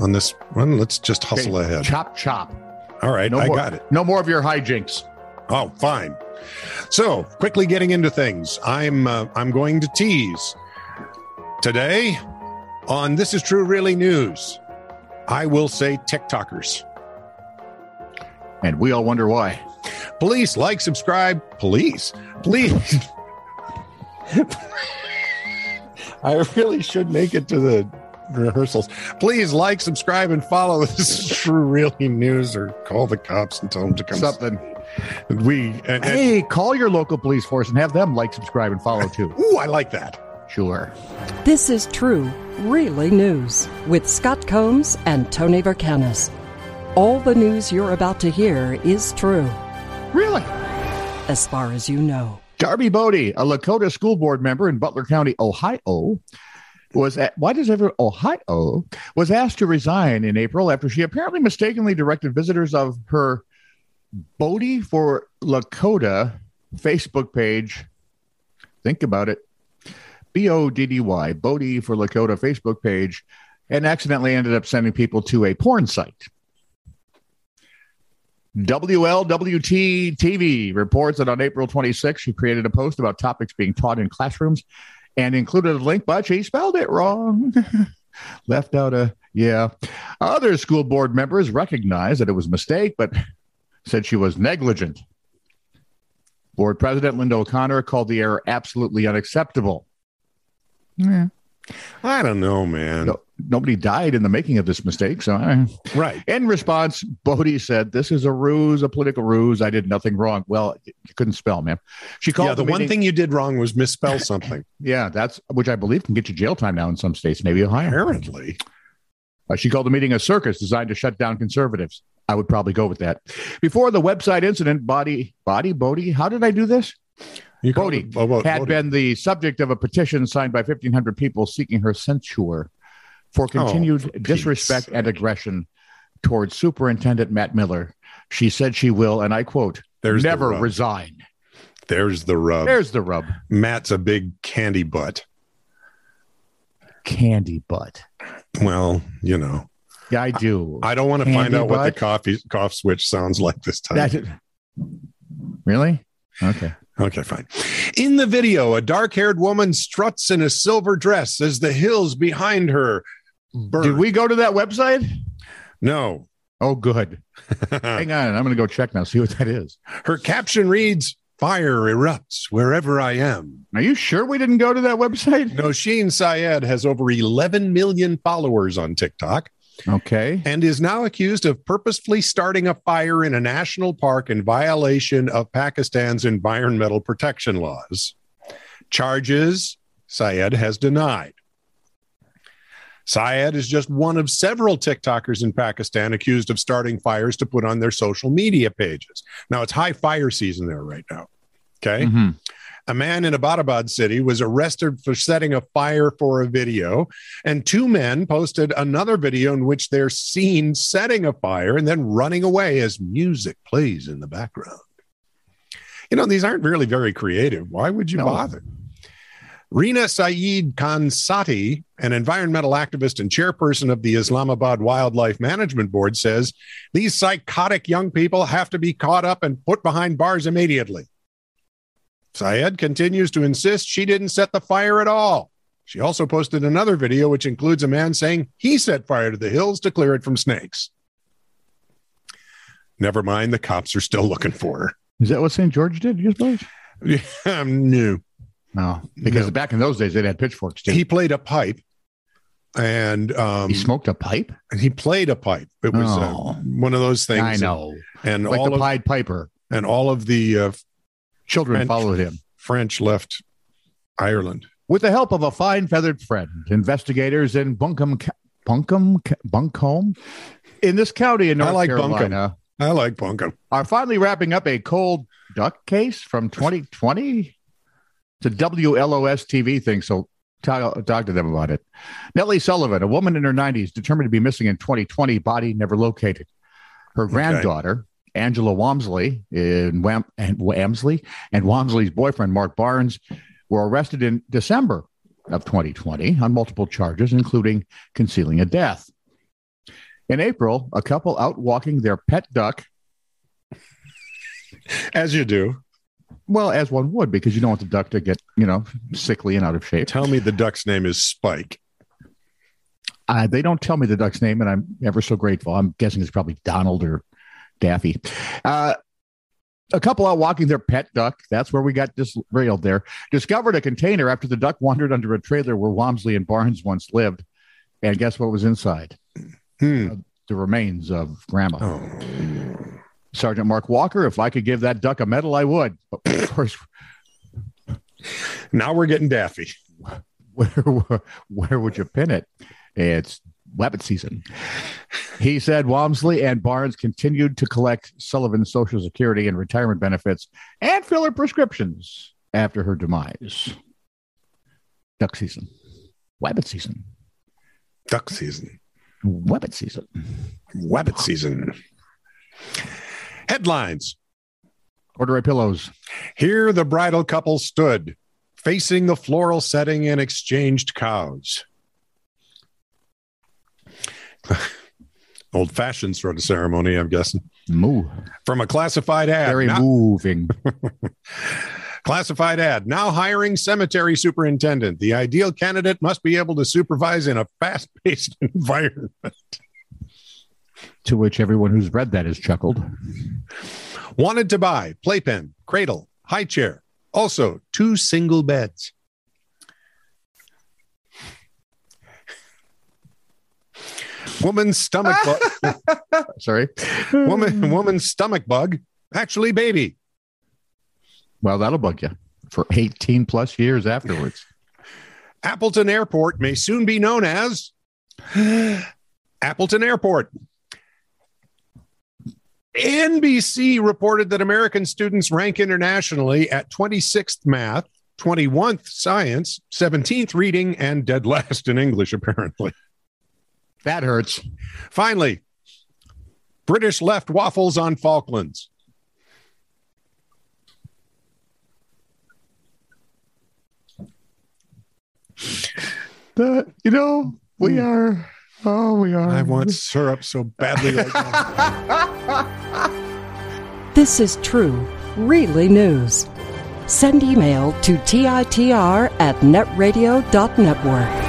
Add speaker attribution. Speaker 1: on this one. Let's just hustle
Speaker 2: Okay,
Speaker 1: ahead.
Speaker 2: Chop, chop.
Speaker 1: All right,
Speaker 2: No
Speaker 1: I
Speaker 2: more,
Speaker 1: got it.
Speaker 2: No more of your hijinks.
Speaker 1: Oh, fine. So quickly getting into things, I'm uh, I'm going to tease today on this is true really news. I will say TikTokers.
Speaker 2: And we all wonder why.
Speaker 1: Please like, subscribe, please, please. I really should make it to the rehearsals. Please like, subscribe, and follow. This is true, really news, or call the cops and tell them to come.
Speaker 2: Something.
Speaker 1: We and, and
Speaker 2: Hey, call your local police force and have them like, subscribe, and follow too.
Speaker 1: ooh, I like that.
Speaker 2: Sure.
Speaker 3: This is true, really news with Scott Combs and Tony Vercanis. All the news you're about to hear is true,
Speaker 2: Really?
Speaker 3: as far as you know.
Speaker 2: Darby Bodie, a Lakota school board member in Butler County, Ohio, was at, why does everyone Ohio was asked to resign in April after she apparently mistakenly directed visitors of her Bodie for Lakota Facebook page. Think about it. B O D D Y, Bodie for Lakota Facebook page, and accidentally ended up sending people to a porn site. WLWT TV reports that on April 26, she created a post about topics being taught in classrooms and included a link, but she spelled it wrong. Left out a yeah. Other school board members recognized that it was a mistake, but said she was negligent. Board President Linda O'Connor called the error absolutely unacceptable.
Speaker 1: I don't know, man.
Speaker 2: No, nobody died in the making of this mistake, so I,
Speaker 1: Right.
Speaker 2: In response, Bodie said, "This is a ruse, a political ruse. I did nothing wrong." Well, you couldn't spell, ma'am. She called
Speaker 1: yeah, the one
Speaker 2: meeting-
Speaker 1: thing you did wrong was misspell something.
Speaker 2: Yeah, that's which I believe can get you jail time now in some states, maybe Ohio.
Speaker 1: Apparently,
Speaker 2: Uh, she called the meeting a circus designed to shut down conservatives. I would probably go with that. Before the website incident, Bodie, Bodie, Bodie, how did I do this?
Speaker 1: you called
Speaker 2: Bodie
Speaker 1: it- oh, well,
Speaker 2: had
Speaker 1: Bodie.
Speaker 2: been the subject of a petition signed by 1,500 people seeking her censure for continued
Speaker 1: Oh, for Pete's
Speaker 2: disrespect and
Speaker 1: sake.
Speaker 2: aggression towards Superintendent Matt Miller. She said she will, and I quote,
Speaker 1: There's the
Speaker 2: never
Speaker 1: rub.
Speaker 2: resign.
Speaker 1: There's the rub.
Speaker 2: There's the rub.
Speaker 1: Matt's a big candy butt.
Speaker 2: Candy butt.
Speaker 1: Well, you know,
Speaker 2: Yeah, I do.
Speaker 1: I don't want to find
Speaker 2: Candy
Speaker 1: out what the
Speaker 2: butt?
Speaker 1: coffee cough switch sounds like this time.
Speaker 2: That's it. Really? Okay.
Speaker 1: okay, fine. In the video, a dark-haired woman struts in a silver dress as the hills behind her burn.
Speaker 2: Did we go to that website?
Speaker 1: No.
Speaker 2: Oh, good.
Speaker 1: Uh.
Speaker 2: Hang on. I'm going to go check now, see what that is.
Speaker 1: her caption reads, "Fire erupts wherever I am."
Speaker 2: Are you sure we didn't go to that website?
Speaker 1: Nosheen Syed has over 11 million followers on TikTok
Speaker 2: Okay.
Speaker 1: and is now accused of purposefully starting a fire in a national park in violation of Pakistan's environmental protection laws. Charges Syed has denied. Syed is just one of several TikTokers in Pakistan accused of starting fires to put on their social media pages. Now it's high fire season there right now. Okay.
Speaker 2: Mhm.
Speaker 1: A man in Abbottabad city was arrested for setting a fire for a video, and two men posted another video in which they're seen setting a fire and then running away as music plays in the background. You know, these aren't really very creative. Why would you
Speaker 2: No.
Speaker 1: bother? Rina Saeed Kansati, an environmental activist and chairperson of the Islamabad Wildlife Management Board, says these psychotic young people have to be caught up and put behind bars immediately. Syed continues to insist she didn't set the fire at all. She also posted another video, which includes a man saying he set fire to the hills to clear it from snakes. Never mind, the cops are still looking for
Speaker 2: Is that what St. George did? You suppose?
Speaker 1: her. Um, no.
Speaker 2: No, because
Speaker 1: No.
Speaker 2: back in those days they had pitchforks too.
Speaker 1: He played a pipe and um,
Speaker 2: He
Speaker 1: he,
Speaker 2: smoked a pipe.
Speaker 1: played a pipe. It was uh,
Speaker 2: Oh.
Speaker 1: one of those things.
Speaker 2: I know,
Speaker 1: And,
Speaker 2: like
Speaker 1: all,
Speaker 2: the
Speaker 1: of,
Speaker 2: Pied Piper.
Speaker 1: and all of the uh,
Speaker 2: Children
Speaker 1: French-
Speaker 2: followed him.
Speaker 1: French left Ireland.
Speaker 2: With the help of a fine feathered friend, investigators in Buncombe, Ca- Buncombe, Ca- Buncombe, in this county in
Speaker 1: I
Speaker 2: North
Speaker 1: like Buncombe.
Speaker 2: Carolina,
Speaker 1: I like Bunkum.
Speaker 2: are finally wrapping up a cold duck case from 2020. It's a WLOS TV thing, so talk, talk to them about it. Nellie Sullivan, a woman in her 90s, determined to be missing in 2020, body never located. Her granddaughter, Angela Wamsley, in Wam- and Wamsley, and Wamsley's boyfriend, Mark Barnes, were arrested in December of 2020 on multiple charges, including concealing a death. In April, a couple out walking their pet duck,
Speaker 1: As you do.
Speaker 2: well, as one would, because you don't want the duck to get, you know, sickly and out of shape.
Speaker 1: Tell me the duck's name is Spike.
Speaker 2: Uh, they don't tell me the duck's name, and I'm ever so grateful. I'm guessing it's probably Donald or Daffy. Uh, a couple out walking their pet duck. That's where we got derailed there. Discovered a container after the duck wandered under a trailer where Walmsley and Barnes once lived. And guess what was inside?
Speaker 1: Hmm.
Speaker 2: The remains of Grandma.
Speaker 1: Oh.
Speaker 2: Sergeant Mark Walker, if I could give that duck a medal, I would. But of course,
Speaker 1: Now we're getting daffy.
Speaker 2: where where would you pin it? It's rabbit season. He said Walmsley and Barnes continued to collect Sullivan's Social Security and retirement benefits and filler prescriptions after her demise. Duck season, rabbit season,
Speaker 1: Duck season.
Speaker 2: rabbit season.
Speaker 1: Wabbit season. Headlines.
Speaker 2: Corduroy pillows.
Speaker 1: Here the bridal couple stood, facing the floral setting and exchanged cows. Old fashioned sort of ceremony, I'm guessing.
Speaker 2: Moo.
Speaker 1: From a classified ad.
Speaker 2: Very
Speaker 1: Now-
Speaker 2: moving.
Speaker 1: Classified ad now hiring cemetery superintendent. The ideal candidate must be able to supervise in a fast paced environment.
Speaker 2: to which everyone who's read that has chuckled.
Speaker 1: Wanted to buy playpen, cradle, high chair, also two single beds. Woman's stomach bug,
Speaker 2: Sorry.
Speaker 1: woman, woman's stomach bug, actually baby.
Speaker 2: Well, that'll bug you for 18 plus years afterwards.
Speaker 1: Appleton Airport may soon be known as Appleton Airport. NBC reported that American students rank internationally at 26th math, 21st science, 17th reading, and dead last in English, apparently.
Speaker 2: That hurts.
Speaker 1: Finally, British left waffles on Falklands.
Speaker 2: The, you know, we
Speaker 1: Hmm.
Speaker 2: are. Oh, we are.
Speaker 1: I want syrup so badly. Like that.
Speaker 3: This is true, really news. Send email to TITR at netradio.network.